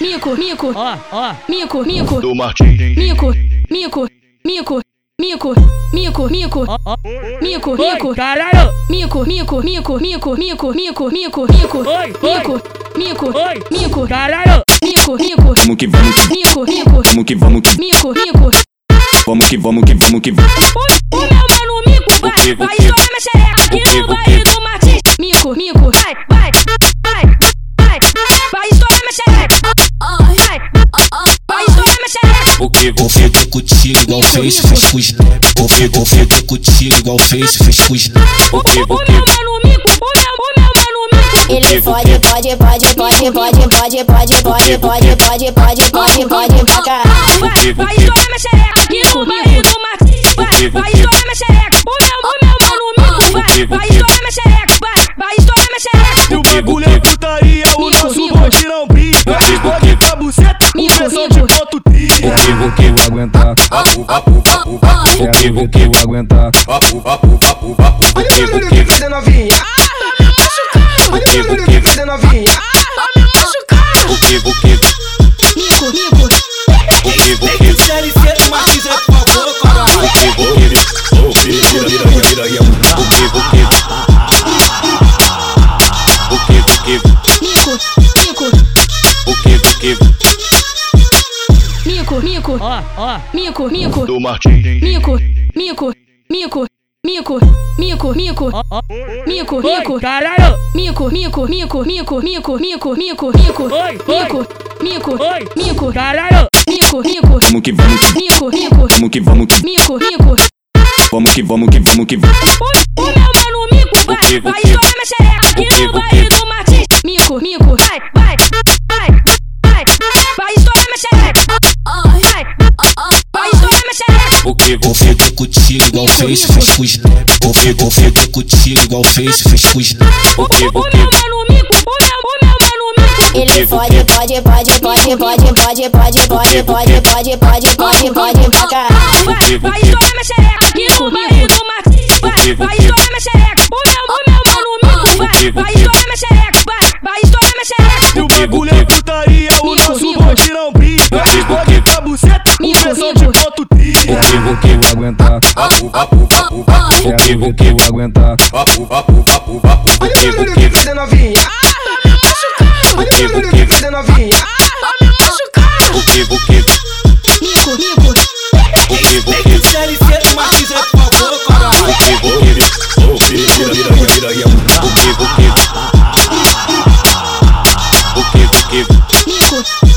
mico, mico, Ó, ó. mico, mico, do Martin. mico, mico, mico, mico, mico, mico, Ó, ó. mico, Foi, mico. caralho. Mico, mico, mico, mico, mico, mico, mico, mico, Oi, oi. mico, mico, Foi, mico, caralho. mico, mico, Vamos que vamos, que mico, mico, vamos que vamos, que mico, mico. vamos que vamos, que vamos que vamos. Oi, o meu mano mico, vai, O que, o vai que? estourar minha xereca aqui no O que, o baile que? do Martins. Mico, mico, vai, vai, vai, vai, vai estourar minha xereca. Vai, vai estourar minha xereca. O que, Eu fico contigo igual um fez, fez com o Snap. Eu fico, eu fico contigo igual um fez, fez com o Snap. O, o, o meu mano mico, o meu, o meu mano mico. Ele pode, pode, pode, pode, pode, pode, pode, pode, pode, pode, pode, pode, pode, ficar. Vai, vai estourar minha xereca aqui no baile do Martins. Vai, vai estourar minha xereca. O meu, o meu mano mico, vai, vai estourar minha xereca. Vai, vai estourar minha xereca. E o bagulho é putaria, o Mico, nosso mico. bonde não brinca. Explode pra buceta, o Mico, pessoal mico. de ponto trinca. Olha o barulho que faz da novinha. Olha o barulho que faz da novinha. Mico, mico. CLC do Martins é por favor, caralho. Mico, mico, mico, mico, Ó, ó. mico, mico, Do Martin. mico, mico, mico, mico, mico, mico, Ó, ó. mico, mico, Foi, caralho. mico, mico, mico, mico, mico, mico, mico, mico, Foi, foi. mico, mico, Foi, mico, caralho. mico, mico, Vamos que vamos, que mico, mico, vamos que vamos, que mico, mico. vamos que vamos, que vamos que vamos. Oi, o meu mano mico, vai, vai estourar minha xereca aqui no baile do Martins. Mico, mico, vai, vai, vai, vai, vai estourar minha xereca. Vai, vai estourar minha xereca. Eu fico contigo igual um fez, fez com o Snap. Eu fico, eu fico contigo igual um fez, fez com o Snap. O, o, o meu mano mico, o meu, o meu mano mico. Ele pode, pode, pode, pode, pode, pode, pode, pode, pode, pode, pode, pode, pode, ficar. Vai, vai estourar minha xereca aqui no baile do Martins. Vai, vai estourar minha xereca. O meu, o meu mano mico, vai, vai estourar minha xereca. Vai, vai estourar E minha xereca. o bagulho é putaria, o Mico, nosso mico. bonde não brinca. Explode pra buceta, o Mico, pessoal de mico. ponto trinca. Olha o barulho que faz da novinha. Olha o barulho que faz da novinha. Mico, mico. CLC do Martins é por favor, caralho. Mico,